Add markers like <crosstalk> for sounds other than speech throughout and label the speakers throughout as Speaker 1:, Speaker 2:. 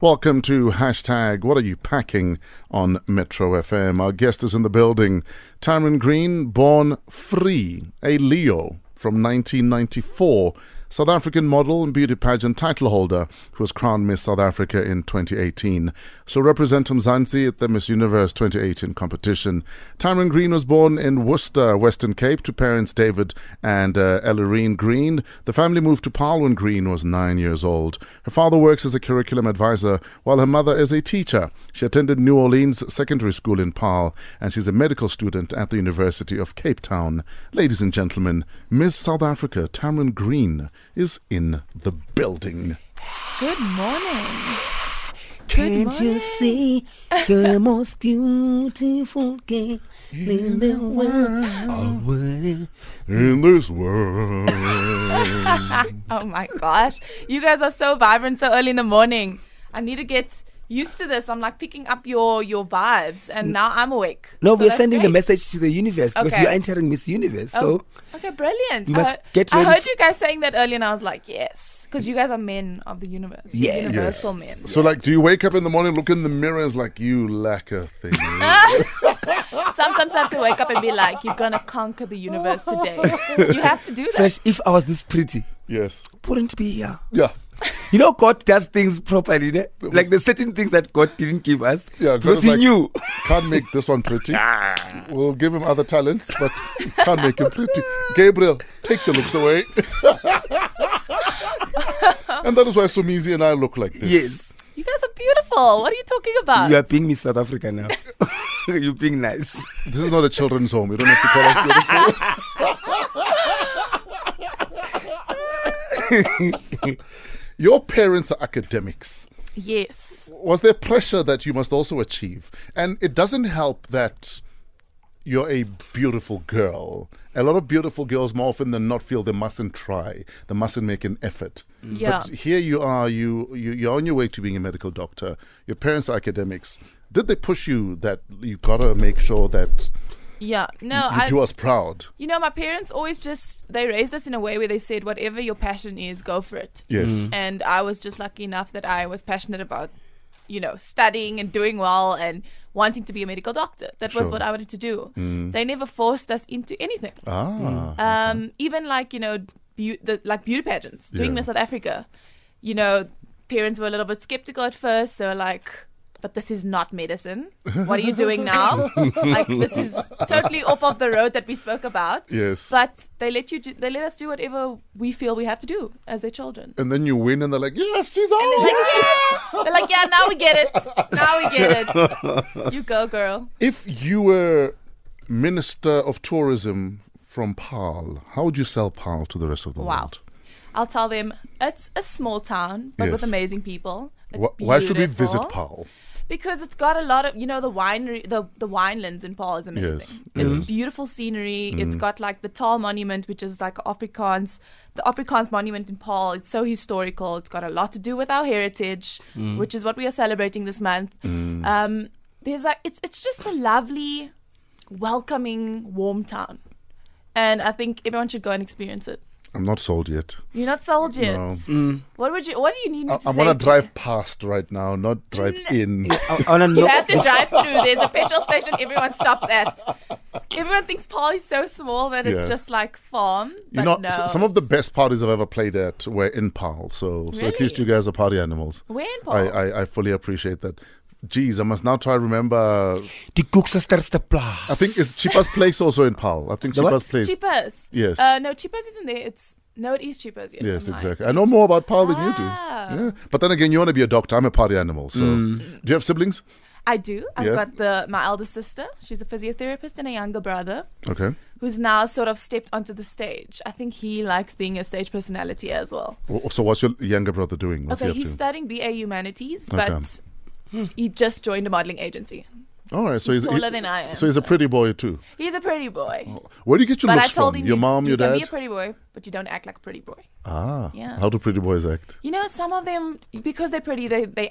Speaker 1: Welcome to hashtag What Are You Packing on Metro FM. Our guest is in the building, Taryn Green, born free, a Leo from 1994, South African model and beauty pageant title holder who was crowned Miss South Africa in 2018. She'll represent Mzansi at the Miss Universe 2018 competition. Taryn Green was born in Worcester, uh, Western Cape, to parents David and uh, Ellerine Green. The family moved to Paarl when Green was nine years old. Her father works as a curriculum advisor, while her mother is a teacher. She attended New Orleans Secondary School in Paarl, and she's a medical student at the University of Cape Town. Ladies and gentlemen, Miss South Africa Tamron Green is in the building.
Speaker 2: Good morning.
Speaker 3: Can't you see you're the most beautiful girl in the world? I wouldn't
Speaker 1: In this world.
Speaker 2: Oh my gosh. You guys are so vibrant so early in the morning. I need to get used to this. I'm like picking up your your vibes and now I'm awake.
Speaker 3: No,
Speaker 2: So
Speaker 3: we're
Speaker 2: that's
Speaker 3: sending the
Speaker 2: great.
Speaker 3: message to the universe because
Speaker 2: Okay. Oh.
Speaker 3: you're entering Miss Universe. So
Speaker 2: Okay, brilliant.
Speaker 3: You must
Speaker 2: I, heard-
Speaker 3: get
Speaker 2: I
Speaker 3: ready
Speaker 2: heard
Speaker 3: f-
Speaker 2: you guys saying that earlier and I was like, yes. Because you guys are men of the universe. You're
Speaker 3: Yes.
Speaker 2: Universal men.
Speaker 1: So, like, do you wake up in the morning, look in the mirror, and it's like, you lack a thing? <laughs>
Speaker 2: Sometimes I have to wake up and be like, you're gonna conquer the universe today.
Speaker 3: <laughs>
Speaker 2: you have to do that.
Speaker 3: fresh, if I was this pretty,
Speaker 1: yes.
Speaker 3: wouldn't be here.
Speaker 1: Yeah.
Speaker 3: You know, God does things properly, ne? like the certain things that God didn't give us
Speaker 1: Yeah, God
Speaker 3: because
Speaker 1: is
Speaker 3: He
Speaker 1: like-
Speaker 3: knew.
Speaker 1: Can't make this one pretty. We'll give him other talents, but can't make him pretty. Gabriel, take the looks away. <laughs> and that is why Sumizi and I look like this.
Speaker 3: Yes,
Speaker 2: You guys are beautiful. What are you talking about?
Speaker 3: you are being Miss South Africa now. <laughs> you're
Speaker 1: <laughs>
Speaker 3: being nice.
Speaker 1: This is not a children's home. You don't have to call us beautiful. Your parents are academics.
Speaker 2: Yes.
Speaker 1: was there pressure that you must also achieve? And it doesn't help that you're a beautiful girl. A lot of beautiful girls, more often than not, feel they mustn't try, they mustn't make an effort.
Speaker 2: Yeah.
Speaker 1: But here you are, you, you you're on your way to being a medical doctor. Your parents are academics. Did they push you that you gotta make sure that
Speaker 2: Yeah. No,
Speaker 1: you
Speaker 2: I
Speaker 1: do us proud?
Speaker 2: You know, my parents always just they raised us in a way where they said, whatever your passion is, go for it.
Speaker 1: Yes.
Speaker 2: And I was just lucky enough that I was passionate about, you know, studying and doing well and wanting to be a medical doctor. That was
Speaker 1: Sure. Mm.
Speaker 2: what I wanted to do. They never forced us into anything.
Speaker 1: Ah.
Speaker 2: Um, even like you know, beau- the, like beauty pageants, doing
Speaker 1: Yeah.
Speaker 2: Miss South Africa. You know, parents were a little bit skeptical at first. They were like, "But this is not medicine. What are you doing
Speaker 1: <laughs>
Speaker 2: now? like this is totally off of the road that we spoke about."
Speaker 1: Yes.
Speaker 2: But they let you. Do, they let us do whatever we feel we have to do as their
Speaker 1: <laughs>
Speaker 2: children.
Speaker 1: and then you win, and they're like, "Yes, she's
Speaker 2: And
Speaker 1: on."
Speaker 2: they're like, yes! They're like, yeah, now we get it. Now we get
Speaker 1: <laughs>
Speaker 2: it. You go, girl.
Speaker 1: If you were Minister of Tourism from Pal, how would you sell Pal to the rest of the
Speaker 2: Wow.
Speaker 1: world?
Speaker 2: I'll tell them it's a small town, but with
Speaker 1: Yes.
Speaker 2: amazing people. It's
Speaker 1: Wh- why should we
Speaker 2: beautiful.
Speaker 1: visit Pal?
Speaker 2: Because it's got a lot of you know the winery the the winelands in Paul is amazing.
Speaker 1: Yes. Mm.
Speaker 2: It's beautiful scenery. It's got like the Tall Monument, which is like Afrikaans the Afrikaans monument in Paul. It's so historical. It's got a lot to do with our heritage,
Speaker 1: Mm.
Speaker 2: which is what we are celebrating this month. Um, there's like it's it's just a lovely, welcoming, warm town. And I think everyone should go and experience it.
Speaker 1: I'm not sold yet.
Speaker 2: You're not sold yet.
Speaker 1: No.
Speaker 2: What would you what do you need me
Speaker 1: I-
Speaker 2: to
Speaker 1: I'm
Speaker 2: say?
Speaker 1: gonna drive past right now, not drive
Speaker 2: <laughs>
Speaker 1: in.
Speaker 3: I, I wanna know.
Speaker 2: You have to drive through.
Speaker 1: <laughs>
Speaker 2: There's a petrol station everyone stops at. Everyone thinks Paul is so small that it's
Speaker 1: Yeah.
Speaker 2: just like farm.
Speaker 1: You
Speaker 2: But
Speaker 1: know,
Speaker 2: no.
Speaker 1: s- some of the best parties I've ever played at were in Pal, so so at least you
Speaker 2: Really?
Speaker 1: guys are party animals.
Speaker 2: Where in Paul?
Speaker 1: I, I I fully appreciate that. Geez, I must now try to remember.
Speaker 3: Die Kuxasterste Pla.
Speaker 1: I think
Speaker 2: <laughs>
Speaker 1: it's Cheapa's Place also in Pal. I think
Speaker 3: The what?
Speaker 1: Cheapa's Place.
Speaker 2: Cheapers.
Speaker 1: Yes.
Speaker 2: Uh, no, Cheapers isn't there. It's no, it is Cheapers. Yes.
Speaker 1: Yes,
Speaker 2: I'm lying.
Speaker 1: exactly. I know more about Pal than you do.
Speaker 2: Ah.
Speaker 1: Yeah. But then again, you want to be a doctor. I'm a party animal. So, do you have siblings?
Speaker 2: I do. I've
Speaker 1: Yeah.
Speaker 2: got the my elder sister. She's a physiotherapist and a younger brother
Speaker 1: Okay.
Speaker 2: who's now sort of stepped onto the stage. I think he likes being a stage personality as well.
Speaker 1: W- So, what's your younger brother doing? What's
Speaker 2: okay,
Speaker 1: he up
Speaker 2: he's
Speaker 1: to?
Speaker 2: studying BA Humanities,
Speaker 1: Okay.
Speaker 2: but he just joined a modeling agency.
Speaker 1: All right. So he's,
Speaker 2: he's
Speaker 1: he-
Speaker 2: taller than I am,
Speaker 1: So he's a
Speaker 2: so-
Speaker 1: pretty boy too.
Speaker 2: He's a pretty boy.
Speaker 1: Where do you get your
Speaker 2: But I
Speaker 1: looks
Speaker 2: told
Speaker 1: from?
Speaker 2: him
Speaker 1: Your
Speaker 2: you-
Speaker 1: mom,
Speaker 2: you
Speaker 1: your
Speaker 2: can
Speaker 1: dad.
Speaker 2: be a pretty boy, but you don't act like a pretty boy.
Speaker 1: ah.
Speaker 2: Yeah.
Speaker 1: How do pretty boys act?
Speaker 2: You know, some of them because they're pretty, they they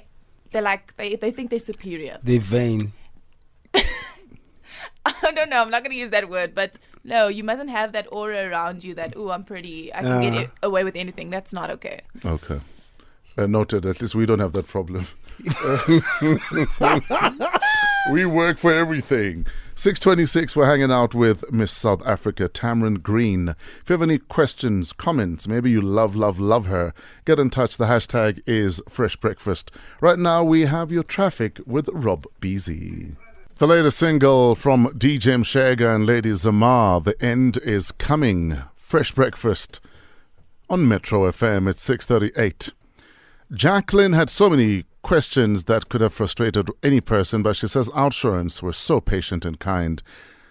Speaker 2: they like they they think they're superior. <laughs>
Speaker 3: The vein.
Speaker 2: I don't know. I'm not gonna use that word, but no, you mustn't have that aura around you that oh, I'm pretty, I can get
Speaker 3: Ah.
Speaker 2: it away with anything. That's not okay.
Speaker 1: Okay. Uh, noted. At least we don't have that problem. We work for everything. 626, we're hanging out with Miss South Africa, Tamron Green. If you have any questions, comments, maybe you love, love, love her, get in touch. The hashtag is Fresh Breakfast. Right now, we have your traffic with Rob Beasy. The latest single from DJ Mshega and Lady Zamar, The End Is Coming. Fresh Breakfast on Metro FM at 638. Jacqueline had so many questions that could have frustrated any person, but she says Outsurance were so patient and kind.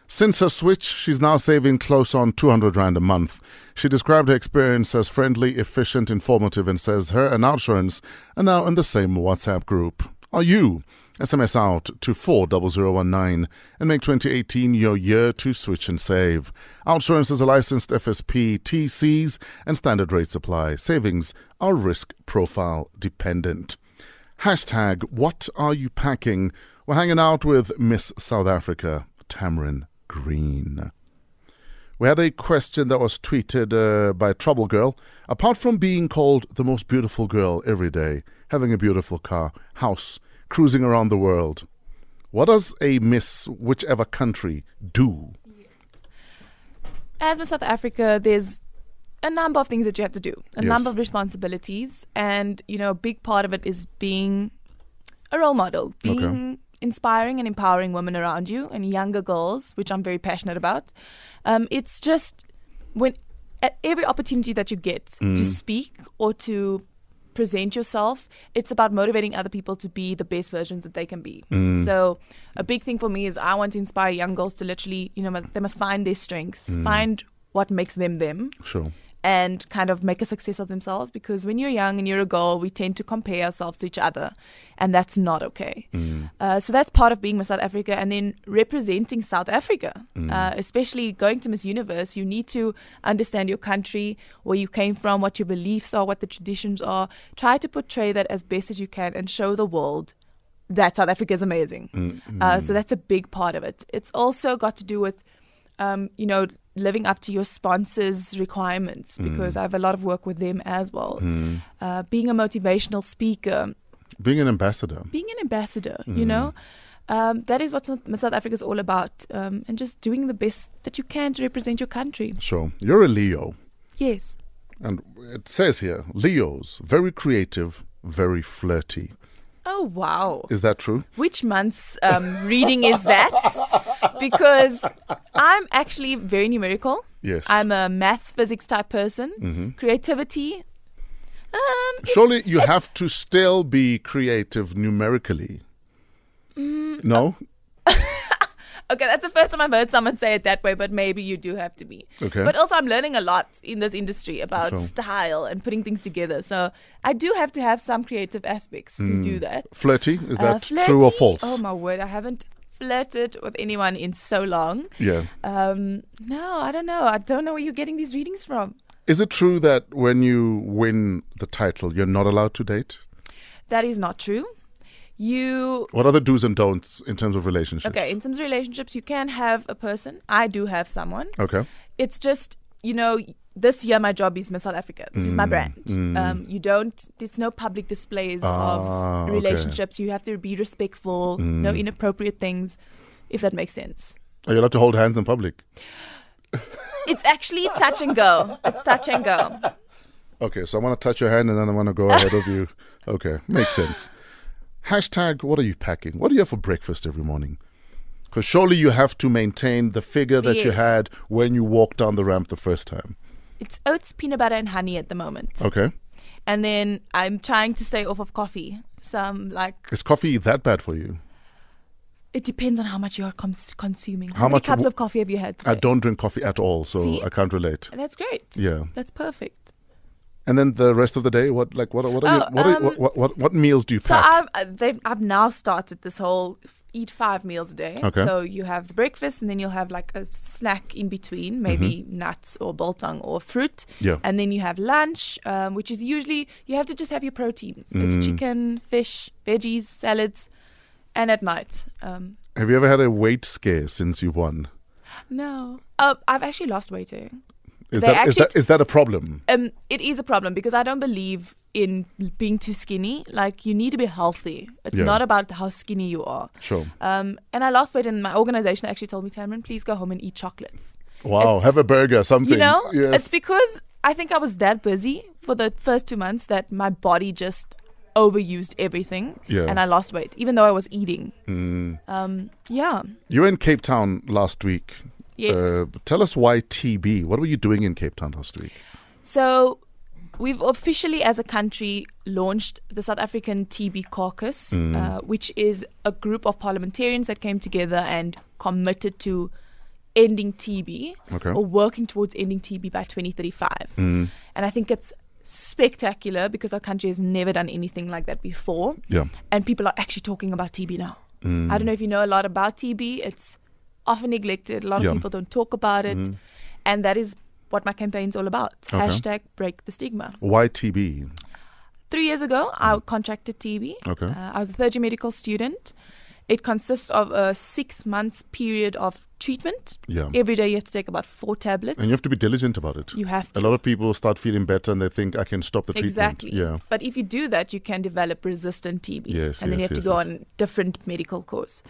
Speaker 1: Since her switch, she's now saving close on 200 Rand a month. She described her experience as friendly, efficient, informative, and says her and Outsurance are now in the same WhatsApp group. Are you? SMS out to 40019 and make 2018 your year to switch and save. Outsurance is a licensed FSP, TCs, and standard rates apply. Savings are risk profile dependent. Hashtag What Are You Packing? We're hanging out with Miss South Africa, Tamarin Green. We had a question that was tweeted uh, by Trouble Girl. Apart from being called the most beautiful girl every day, having a beautiful car, house, cruising around the world, what does a Miss whichever country do?
Speaker 2: as Miss South Africa, there's a number of things that you have to do, a
Speaker 1: Yes.
Speaker 2: number of responsibilities, and you know, a big part of it is being a role model, being inspiring and empowering women around you and younger girls, which I'm very passionate about. Um, it's just when at every opportunity that you get to speak or to present yourself, it's about motivating other people to be the best versions that they can be. So, a big thing for me is I want to inspire young girls to literally, you know, they must find their strength, find what makes them them,
Speaker 1: Sure.
Speaker 2: and kind of make a success of themselves because when you're young and you're a girl, we tend to compare ourselves to each other, and that's not okay. Uh, so that's part of being Miss South Africa, and then representing South Africa, uh, especially going to Miss Universe, you need to understand your country, where you came from, what your beliefs are, what the traditions are. Try to portray that as best as you can and show the world that South Africa is amazing. Uh, so that's a big part of it. It's also got to do with, um, you know, living up to your sponsors' requirements because I have a lot of work with them as well. Uh, being a motivational speaker,
Speaker 1: Being an ambassador.
Speaker 2: being an ambassador, you know, um, that is what South South Africa is all about, um, and just doing the best that you can to represent your country.
Speaker 1: Sure. You're a Leo.
Speaker 2: Yes.
Speaker 1: And it says here Leos, very creative, very flirty.
Speaker 2: Oh wow.
Speaker 1: Is that true?
Speaker 2: which month's um, reading is that? Because I'm actually very numerical.
Speaker 1: Yes.
Speaker 2: I'm a maths, physics type person.
Speaker 1: Mm-hmm.
Speaker 2: Creativity. Um,
Speaker 1: Surely you have to still be creative numerically. no?
Speaker 2: okay, that's the first time I've heard someone say it that way, but maybe you do have to be.
Speaker 1: Okay.
Speaker 2: But also, I'm learning a lot in this industry about
Speaker 1: Sure.
Speaker 2: style and putting things together. So I do have to have some creative aspects to do that.
Speaker 1: Flirty? Mm. Is
Speaker 2: Uh,
Speaker 1: that true or
Speaker 2: flirty?
Speaker 1: false?
Speaker 2: Oh my word, I haven't flirted with anyone in so long.
Speaker 1: yeah.
Speaker 2: Um, no, I don't know. I don't know where you're getting these readings from.
Speaker 1: Is it true that when you win the title, you're not allowed to date?
Speaker 2: That is not true. You
Speaker 1: What are the do's and don'ts in terms of relationships?
Speaker 2: okay? In terms of relationships, you can have a person. I do have someone.
Speaker 1: Okay.
Speaker 2: It's just you know this year my job is Miss South Africa. This
Speaker 1: Mm,
Speaker 2: is my brand. Um, you don't. There's no public displays
Speaker 1: Ah,
Speaker 2: of
Speaker 1: okay. Mm.
Speaker 2: relationships. You have to be respectful. No inappropriate things, if that makes sense.
Speaker 1: Are you allowed to hold hands in public?
Speaker 2: It's actually touch and go. It's touch and go.
Speaker 1: Okay, so I want to touch your hand and then I want to
Speaker 2: <laughs>
Speaker 1: go ahead of you. Okay, makes sense. Hashtag, what are you packing? What do you have for breakfast every morning? Because surely you have to maintain the figure that you
Speaker 2: Yes.
Speaker 1: had when you walked down the ramp the first time.
Speaker 2: It's oats, peanut butter, and honey at the moment.
Speaker 1: Okay.
Speaker 2: And then I'm trying to stay off of coffee. So I'm like
Speaker 1: Is coffee that bad for you?
Speaker 2: It depends on how much you're cons- consuming. How,
Speaker 1: How
Speaker 2: many
Speaker 1: much
Speaker 2: cups
Speaker 1: wa-
Speaker 2: of coffee have you had?
Speaker 1: I
Speaker 2: Today?
Speaker 1: don't drink coffee at all, so
Speaker 2: Eh. See?
Speaker 1: I can't relate.
Speaker 2: That's great.
Speaker 1: Yeah.
Speaker 2: That's perfect.
Speaker 1: And then the rest of the day, what like what what are you,
Speaker 2: Oh,
Speaker 1: what, are you-
Speaker 2: um,
Speaker 1: what, what what what meals do you
Speaker 2: So
Speaker 1: pack?
Speaker 2: I've uh, they've, I've now started this whole f- eat five meals a day.
Speaker 1: Okay.
Speaker 2: So you have the breakfast, and then you'll have like a snack in between, maybe nuts or biltong or fruit.
Speaker 1: Mm-hmm. Yeah.
Speaker 2: And then you have lunch, um, which is usually you have to just have your protein. So
Speaker 1: Mm.
Speaker 2: it's chicken, fish, veggies, salads, and at night. Um,
Speaker 1: Have you ever had a weight scare since you've won?
Speaker 2: no, uh, I've actually Oh, lost weight. eh?
Speaker 1: Is
Speaker 2: They
Speaker 1: that is
Speaker 2: actually
Speaker 1: that is that a problem?
Speaker 2: Um, it is a problem because I don't believe in being too skinny. Like you need to be healthy. It's
Speaker 1: Yeah.
Speaker 2: not about how skinny you are.
Speaker 1: Sure.
Speaker 2: Um, and I lost weight, and my organization actually told me, Tamron, please go home and eat chocolates.
Speaker 1: Wow,
Speaker 2: it's-
Speaker 1: have a burger, something.
Speaker 2: You know,
Speaker 1: Yes.
Speaker 2: it's because I think I was that busy for the first two months that my body just overused everything,
Speaker 1: Yeah. Mm.
Speaker 2: and I lost weight, even though I was eating. Um, yeah,
Speaker 1: you were in Cape Town last week.
Speaker 2: yes.
Speaker 1: Uh, tell us why TB. What were you doing in Cape Town last week?
Speaker 2: So we've officially, as a country, launched the South African TB Caucus, uh, which is a group of parliamentarians that came together and committed to ending TB
Speaker 1: Okay.
Speaker 2: or working towards ending TB by 2035. And I think it's spectacular because our country has never done anything like that before.
Speaker 1: Yeah.
Speaker 2: And people are actually talking about TB now.
Speaker 1: Mm.
Speaker 2: I don't know if you know a lot about TB. It's often neglected. A lot
Speaker 1: Yeah. Mm-hmm.
Speaker 2: of people don't talk about it. And that is what my campaign's all about.
Speaker 1: Okay.
Speaker 2: Hashtag break the stigma.
Speaker 1: Why TB?
Speaker 2: Three years ago, I contracted TB.
Speaker 1: Mm. Okay.
Speaker 2: Uh, I was a third year medical student. It consists of a six month period of treatment.
Speaker 1: Yeah.
Speaker 2: Every day you have to take about four tablets.
Speaker 1: and you have to be diligent about it.
Speaker 2: You have
Speaker 1: A
Speaker 2: to.
Speaker 1: lot of people start feeling better and they think I can stop the treatment.
Speaker 2: Exactly.
Speaker 1: Yeah.
Speaker 2: But if you do that, you can develop resistant TB.
Speaker 1: Yes,
Speaker 2: And then you
Speaker 1: yes,
Speaker 2: have to
Speaker 1: yes,
Speaker 2: go
Speaker 1: yes.
Speaker 2: on different medical course.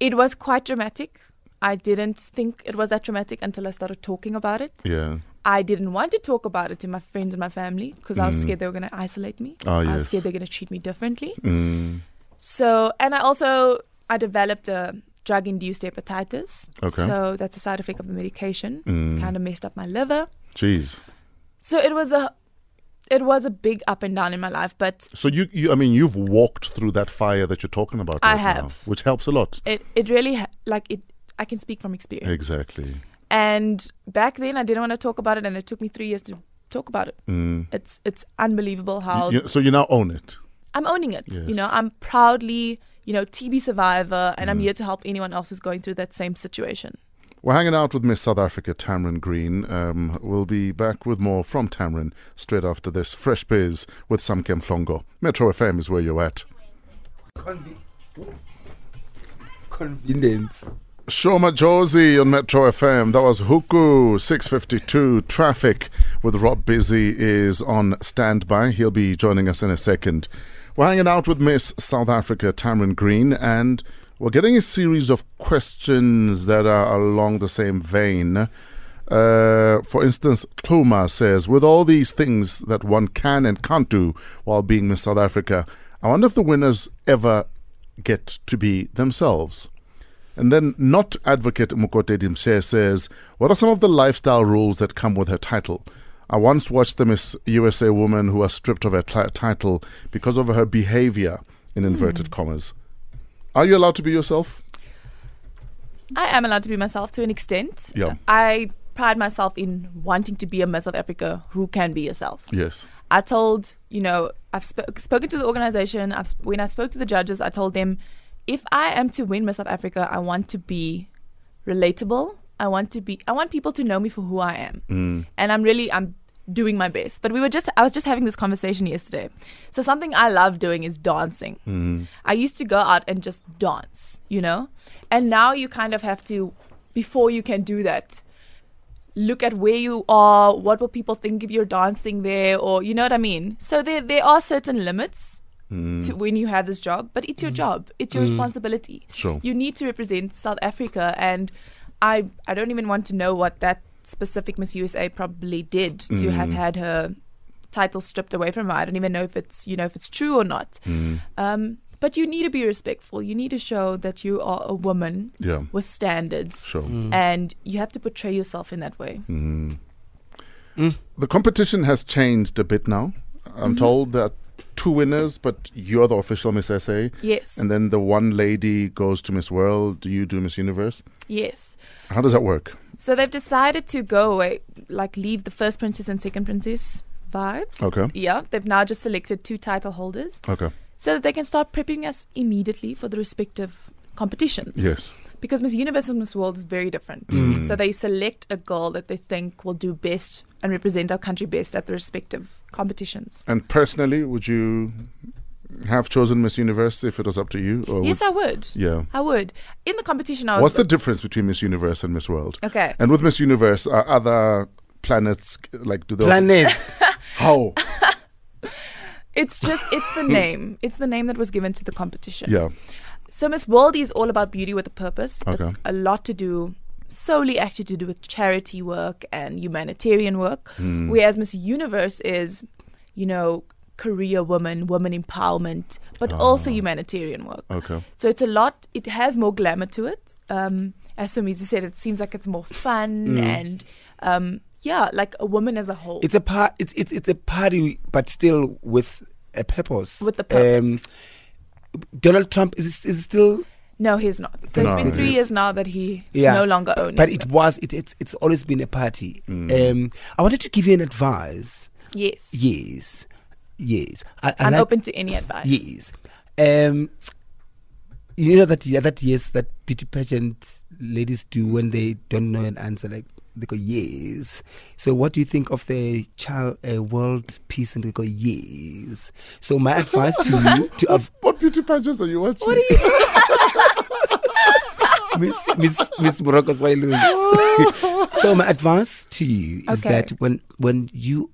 Speaker 2: It was quite dramatic. I didn't think it was that dramatic until I started talking about it.
Speaker 1: Yeah.
Speaker 2: I didn't want to talk about it to my friends and my family because I was scared they were going to isolate me.
Speaker 1: Mm. Ah,
Speaker 2: I
Speaker 1: yes.
Speaker 2: was scared they're going to treat me differently.
Speaker 1: Mm.
Speaker 2: So, and I also I developed a drug-induced hepatitis.
Speaker 1: Okay.
Speaker 2: So that's a side effect of the medication.
Speaker 1: Mm.
Speaker 2: Kind of messed up my liver.
Speaker 1: Jeez.
Speaker 2: So it was a it was a big up and down in my life, but
Speaker 1: So you, you, I mean, you've walked through that fire that you're talking about.
Speaker 2: I
Speaker 1: right
Speaker 2: have.
Speaker 1: now, which helps a lot.
Speaker 2: it it really ha- like it I can speak from experience.
Speaker 1: Exactly.
Speaker 2: And back then I didn't want to talk about it and it took me 3 years to talk about it.
Speaker 1: Mm.
Speaker 2: It's it's unbelievable how
Speaker 1: You- you- so you now own it.
Speaker 2: I'm owning it. You know,
Speaker 1: Yes. Mm.
Speaker 2: I'm proudly, you know, TB survivor and I'm here to help anyone else who's going through that same situation.
Speaker 1: We're hanging out with Miss South Africa, Tamron Green. Um, we'll be back with more from Tamron straight after this. Fresh Biz with Sam Flongo. Metro FM is where you're at.
Speaker 3: Convi- Convenience.
Speaker 1: Shoma Josie on Metro FM. That was Huku 652. Traffic with Rob Busy is on standby. He'll be joining us in a second. We're hanging out with Miss South Africa, Tamron Green, and we're getting a series of questions that are along the same vein. Uh, for instance, Kluma says, with all these things that one can and can't do while being Miss South Africa, I wonder if the winners ever get to be themselves. And then, not advocate Mukote Dimse says, What are some of the lifestyle rules that come with her title? I once watched the Miss USA woman who was stripped of her ti- title because of her behavior, in inverted commas. Are you allowed to be yourself?
Speaker 2: I am allowed to be myself to an extent.
Speaker 1: Yeah.
Speaker 2: I pride myself in wanting to be a Miss South Africa who can be yourself.
Speaker 1: Yes.
Speaker 2: I told, you know, I've sp- spoken to the organization. I've sp- when I spoke to the judges, I told them, if I am to win Miss South Africa, I want to be relatable. I want to be. I want people to know me for who I am, and I'm really I'm doing my best. But we were just I was just having this conversation yesterday. So something I love doing is dancing. I used to go out and just dance, you know, and now you kind of have to before you can do that look at where you are, what will people think if you're dancing there, or you know what I mean? So there there are certain limits
Speaker 1: Mm.
Speaker 2: to when you have this job, but it's your job. It's your responsibility.
Speaker 1: Sure.
Speaker 2: You need to represent South Africa and I I don't even want to know what that specific Miss USA probably did to
Speaker 1: Mm.
Speaker 2: have had her title stripped away from her. I don't even know if it's you know if it's true or not.
Speaker 1: Mm.
Speaker 2: Um but you need to be respectful. You need to show that you are a woman
Speaker 1: Yeah.
Speaker 2: with standards
Speaker 1: Sure. Hmm.
Speaker 2: and you have to portray yourself in that way.
Speaker 1: The competition has changed a bit now. I'm told there are two winners, but you're the official Miss SA.
Speaker 2: Yes,
Speaker 1: And then the one lady goes to Miss World, you do Miss Universe.
Speaker 2: yes.
Speaker 1: How does that work?
Speaker 2: So they've decided to go away, like leave the first princess and second princess vibes.
Speaker 1: Okay.
Speaker 2: Yeah, they've now just selected two title holders
Speaker 1: Okay.
Speaker 2: so that they can start prepping us immediately for the respective competitions.
Speaker 1: Yes. Mm.
Speaker 2: Because Miss Universe and Miss World is very different. So they select a girl that they think will do best and represent our country best at the respective competitions.
Speaker 1: And personally, would you have chosen Miss Universe if it was up to you? Or
Speaker 2: Yes, I would.
Speaker 1: would, yeah.
Speaker 2: I would. In the competition, I was.
Speaker 1: What's the difference between Miss Universe and Miss World?
Speaker 2: okay.
Speaker 1: And with Miss Universe, are other planets? Like, do they also-
Speaker 3: Planets.
Speaker 1: how?
Speaker 2: It's just it's the name. It's the name that was given to the competition.
Speaker 1: Hmm. Yeah,
Speaker 2: So Miss World is all about beauty with a purpose.
Speaker 1: Okay.
Speaker 2: It's a lot to do solely actually to do with charity work and humanitarian work.
Speaker 1: Hmm.
Speaker 2: Whereas Miss Universe is, you know, career women, women empowerment, but also humanitarian work.
Speaker 1: Oh. okay.
Speaker 2: So it's a lot. It has more glamour to it. Um, as Sumizi said, it seems like it's more fun
Speaker 1: Hmm.
Speaker 2: and um, yeah, like a woman as a whole.
Speaker 3: <laughs> it's a par- it's, it's it's a party, but still with a purpose. Um,
Speaker 2: With a purpose.
Speaker 3: Donald Trump is is still,
Speaker 2: no, he's not. So it's
Speaker 1: No,
Speaker 2: been three
Speaker 1: he's-
Speaker 2: years now that he's
Speaker 3: Yeah.
Speaker 2: no longer owning.
Speaker 3: but it
Speaker 2: them.
Speaker 3: was it, it's it's always been a party. Um, I wanted to give you an advice.
Speaker 2: yes,
Speaker 3: Yes, yes. I, I
Speaker 2: I'm
Speaker 3: like-
Speaker 2: open to any advice.
Speaker 3: Yes. Um, you know that yeah, that yes that beauty pageant ladies do when they don't know an answer like they go yes. So what do you think of the child uh, world peace and they go yes. So my advice to
Speaker 2: <laughs>
Speaker 3: you to av-
Speaker 1: What beauty pageants are you watching?
Speaker 2: What are you?
Speaker 3: Miss Miss Miss Morocco Swailus. <laughs> so my advice to you is
Speaker 2: Okay.
Speaker 3: that when when you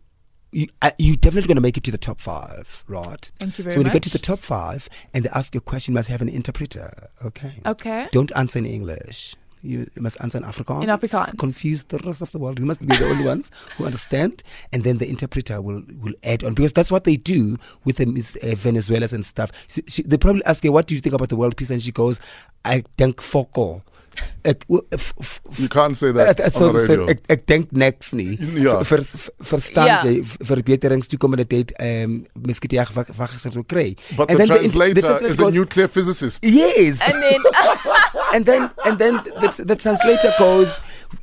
Speaker 3: you uh, you definitely going to make it to the top five, right?
Speaker 2: Thank you very
Speaker 3: So when you get to
Speaker 2: much.
Speaker 3: the top five and they ask you a question, you must have an interpreter. Okay.
Speaker 2: Okay.
Speaker 3: Don't answer in English. You you must answer in Afrikaans.
Speaker 2: In Afrikaans.
Speaker 3: Confuse the rest of the world. We must be the only ones who understand. And then the interpreter will, will add on because that's what they do with the Miss, uh, Venezuelans and stuff. She, she, they probably ask her, "What do you think about the world peace?" And she goes, "I think focal."
Speaker 1: You can't say that on the radio.
Speaker 3: Ek ek dink niks nie.
Speaker 1: Ja.
Speaker 3: Ver, ver, verstaan
Speaker 2: Ja.
Speaker 3: jy v- verbeterings toe kom en dit het ehm miskien die reg wag wag sal kry.
Speaker 1: But
Speaker 3: And
Speaker 1: the
Speaker 3: then the in- the
Speaker 1: translator is
Speaker 3: translator
Speaker 1: a
Speaker 3: goes,
Speaker 1: nuclear physicist.
Speaker 3: Yes.
Speaker 2: And then
Speaker 3: <laughs> and then and then the, the translator goes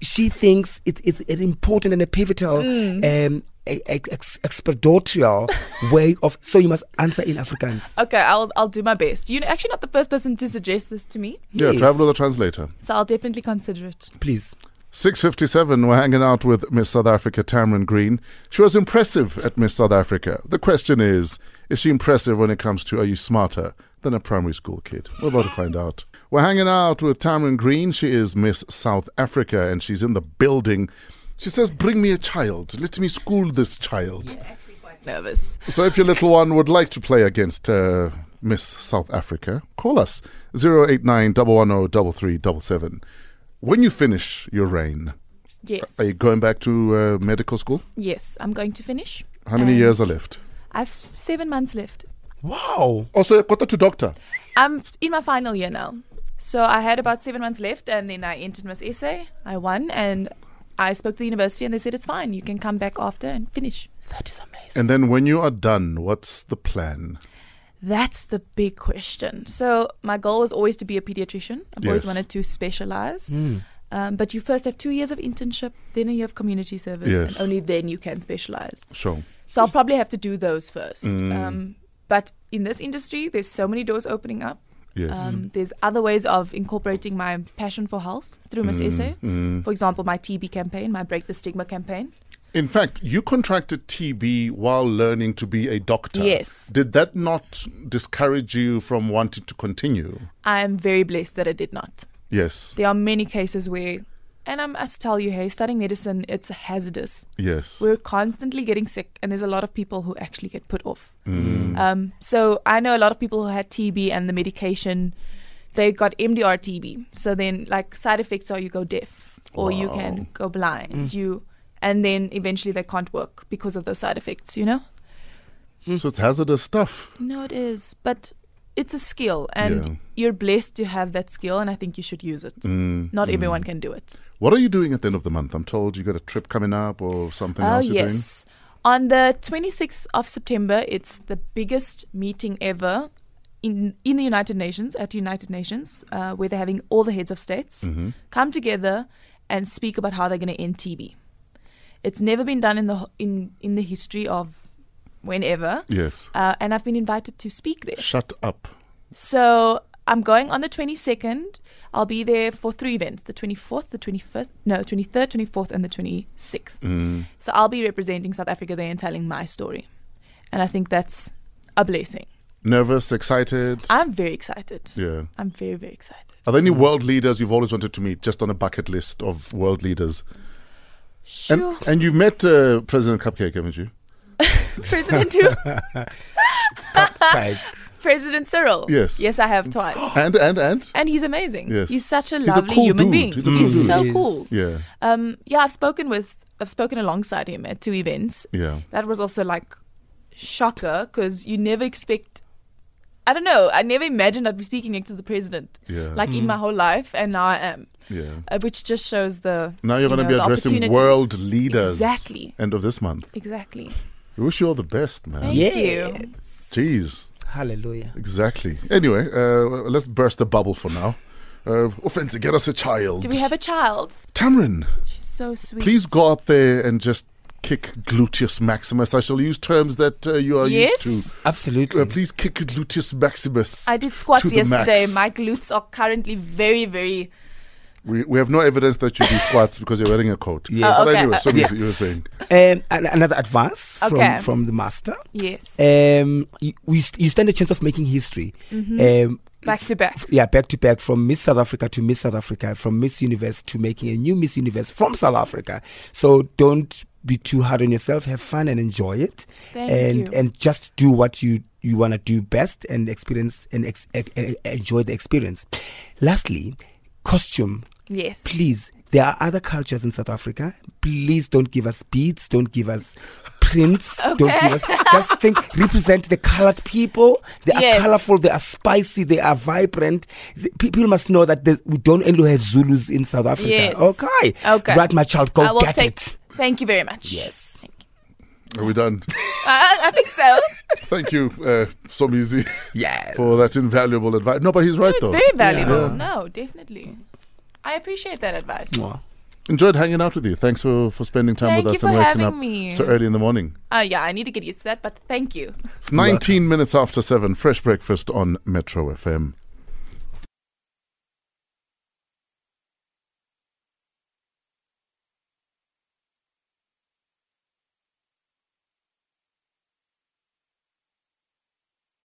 Speaker 3: she thinks it, it's an important and a pivotal
Speaker 2: Mm.
Speaker 3: um e- ex- expeditorial way of so you must answer in afrikaans
Speaker 2: okay, I'll I'll do my best. You're actually not the first person to suggest this to me,
Speaker 1: Yeah,
Speaker 3: Yes.
Speaker 1: travel with a translator.
Speaker 2: so I'll definitely consider it.
Speaker 3: please
Speaker 1: 6.57, we're hanging out with Miss South Africa, Tamron Green. She was impressive at Miss South Africa. The question is, is she impressive when it comes to are you smarter than a primary school kid? We're about to find out. We're hanging out with Tamron Green. She is Miss South Africa and she's in the building. She says, bring me a child. Let me school this child.
Speaker 2: Nervous.
Speaker 1: So if your little one would like to play against uh, Miss South Africa, call us 089 When you finish your reign,
Speaker 2: Yes.
Speaker 1: are you going back to uh, medical school?
Speaker 2: Yes, I'm going to finish.
Speaker 1: How many
Speaker 2: Um,
Speaker 1: years are left?
Speaker 2: I've seven months left.
Speaker 3: wow
Speaker 1: Also, got that to doctor.
Speaker 2: I'm f- in my final year now. So I had about seven months left, and then I entered Miss Essay. I won, and I spoke to the university, and they said it's fine. You can come back after and finish.
Speaker 3: that is amazing
Speaker 1: And then when you are done, what's the plan?
Speaker 2: That's the big question. So my goal was always to be a pediatrician.
Speaker 1: Yes.
Speaker 2: I've
Speaker 1: Hmm.
Speaker 2: always wanted to specialize. Um, but you first have two years of internship, then a year of community service,
Speaker 1: Yes.
Speaker 2: and only then you can specialize.
Speaker 1: Sure.
Speaker 2: So I'll probably have to do those first.
Speaker 1: Hmm.
Speaker 2: Um, but in this industry, there's so many doors opening up.
Speaker 1: Yes.
Speaker 2: Um, there's other ways of incorporating my passion for health through Miss
Speaker 1: Hmm.
Speaker 2: Essay. For example, my TB campaign, my Break the Stigma campaign.
Speaker 1: In fact, you contracted TB while learning to be a doctor.
Speaker 2: Yes.
Speaker 1: Did that not discourage you from wanting to continue?
Speaker 2: I am very blessed that it did not.
Speaker 1: Yes.
Speaker 2: There are many cases where, and I must tell you, hey, studying medicine, it's hazardous.
Speaker 1: Yes.
Speaker 2: We're constantly getting sick, and there's a lot of people who actually get put off.
Speaker 1: Mm.
Speaker 2: Um, so I know a lot of people who had TB and the medication, they got MDR TB. So then, like side effects are you go deaf or you
Speaker 1: Wow.
Speaker 2: can go blind. You and then eventually they can't work because of those side effects. You know?
Speaker 1: So it's hazardous stuff.
Speaker 2: No, it is, but it's a skill, and
Speaker 1: Yeah. Mm.
Speaker 2: you're blessed to have that skill, and I think you should use it. Not everyone can do it.
Speaker 1: What are you doing at the end of the month? I'm told you got a trip coming up or something
Speaker 2: Oh,
Speaker 1: else you're doing.
Speaker 2: yes. On the 26th of September, it's the biggest meeting ever in, in the United Nations, at United Nations, uh, where they're having all the heads of states come together and speak about how they're going to end TB. It's never been done in the, ho- in, in the history of whenever.
Speaker 1: Yes.
Speaker 2: Uh, and I've been invited to speak there.
Speaker 1: Shut up.
Speaker 2: So I'm going on the 22nd. I'll be there for three events the 24th, the 25th, no, 23rd, 24th, and the 26th.
Speaker 1: Mm.
Speaker 2: So I'll be representing South Africa there and telling my story. And I think that's a blessing.
Speaker 1: Nervous, excited.
Speaker 2: I'm very excited.
Speaker 1: yeah.
Speaker 2: I'm very, very excited.
Speaker 1: Are there any world leaders you've always wanted to meet, just on a bucket list of world leaders? And,
Speaker 2: Sure.
Speaker 1: and you've met uh, President Cupcake, haven't you? <laughs>
Speaker 2: President who?
Speaker 3: Like,
Speaker 2: President Cyril.
Speaker 1: Yes.
Speaker 2: Yes, I have twice.
Speaker 1: <gasps> And and and
Speaker 2: And he's amazing.
Speaker 1: Yes.
Speaker 2: He's such a
Speaker 1: a
Speaker 2: lovely
Speaker 1: cool
Speaker 2: human
Speaker 1: dude.
Speaker 2: being.
Speaker 1: He's a cool
Speaker 3: dude.
Speaker 2: so
Speaker 3: Yes.
Speaker 2: cool.
Speaker 1: yeah,
Speaker 2: Um, yeah, I've spoken with, I've spoken alongside him at two events.
Speaker 1: yeah.
Speaker 2: That was also like shocker because you never expect. I don't know. I never imagined I'd be speaking next to the president,
Speaker 1: Yeah.
Speaker 2: like in my whole life, and now I am,
Speaker 1: Yeah.
Speaker 2: uh, which just shows the.
Speaker 1: Now you're
Speaker 2: you
Speaker 1: going to
Speaker 2: know,
Speaker 1: be
Speaker 2: the
Speaker 1: addressing
Speaker 2: opportunities.
Speaker 1: world leaders.
Speaker 2: Exactly.
Speaker 1: End of this month.
Speaker 2: Exactly.
Speaker 1: We wish you all the best, man.
Speaker 2: Thank
Speaker 3: Yes.
Speaker 2: you.
Speaker 1: Jeez.
Speaker 3: hallelujah.
Speaker 1: Exactly. Anyway, uh, let's burst the bubble for now. Uh, offensive, get us a child.
Speaker 2: Do we have a child?
Speaker 1: Tamarin?
Speaker 2: She's so sweet.
Speaker 1: Please go out there and just kick gluteus maximus. I shall use terms that uh, you are used
Speaker 2: Yes.
Speaker 1: to.
Speaker 3: Absolutely.
Speaker 1: Uh, please kick gluteus maximus.
Speaker 2: I did squats
Speaker 1: To the max.
Speaker 2: yesterday. My glutes are currently very, very.
Speaker 1: we, we have no evidence that you do squats because you're wearing a coat.
Speaker 3: Yes.
Speaker 2: Oh,
Speaker 1: But
Speaker 2: okay.
Speaker 1: anyway,
Speaker 2: Uh,
Speaker 1: so
Speaker 3: yeah.
Speaker 1: you were saying.
Speaker 3: Um, an- another advice
Speaker 2: Okay.
Speaker 3: from, from the master.
Speaker 2: Yes.
Speaker 3: Um, you, we st- you stand a chance of making history.
Speaker 2: Mm-hmm.
Speaker 3: Um,
Speaker 2: Back to back.
Speaker 3: f- yeah, back to back from Miss South Africa to Miss South Africa, from Miss Universe to making a new Miss Universe from South Africa. So don't be too hard on yourself. Have fun and enjoy it,
Speaker 2: Thank
Speaker 3: and
Speaker 2: you.
Speaker 3: and just do what you you want to do best and experience and ex- e- e- enjoy the experience. Lastly, costume
Speaker 2: Yes.
Speaker 3: please there are other cultures in south africa please don't give us beads don't give us prints don't give us just think
Speaker 2: <laughs>
Speaker 3: represent the colored people they
Speaker 2: Yes.
Speaker 3: are colorful they are spicy they are vibrant The pe- people must know that the, we don't only have zulus in south africa
Speaker 2: Yes.
Speaker 3: okay
Speaker 2: Okay.
Speaker 3: right my child
Speaker 2: I
Speaker 3: go
Speaker 2: will
Speaker 3: get
Speaker 2: take.
Speaker 3: it
Speaker 2: Thank you very much.
Speaker 3: Yes.
Speaker 2: Thank you.
Speaker 1: Are we done? <laughs>
Speaker 2: I, I think so.
Speaker 1: Thank you, uh, Somizi,
Speaker 3: yeah
Speaker 1: for that invaluable advice. No, but he's right,
Speaker 2: It's
Speaker 1: though.
Speaker 2: very valuable. No, definitely. I appreciate that advice.
Speaker 3: Mwah.
Speaker 1: Enjoyed hanging out with you. Thanks for, for spending time with
Speaker 2: Thank you
Speaker 1: us and
Speaker 2: for
Speaker 1: waking
Speaker 2: having
Speaker 1: up
Speaker 2: me.
Speaker 1: so early in the morning.
Speaker 2: Uh, yeah, I need to get used to that, but thank you.
Speaker 1: It's 19 minutes after 7. Fresh breakfast on Metro FM.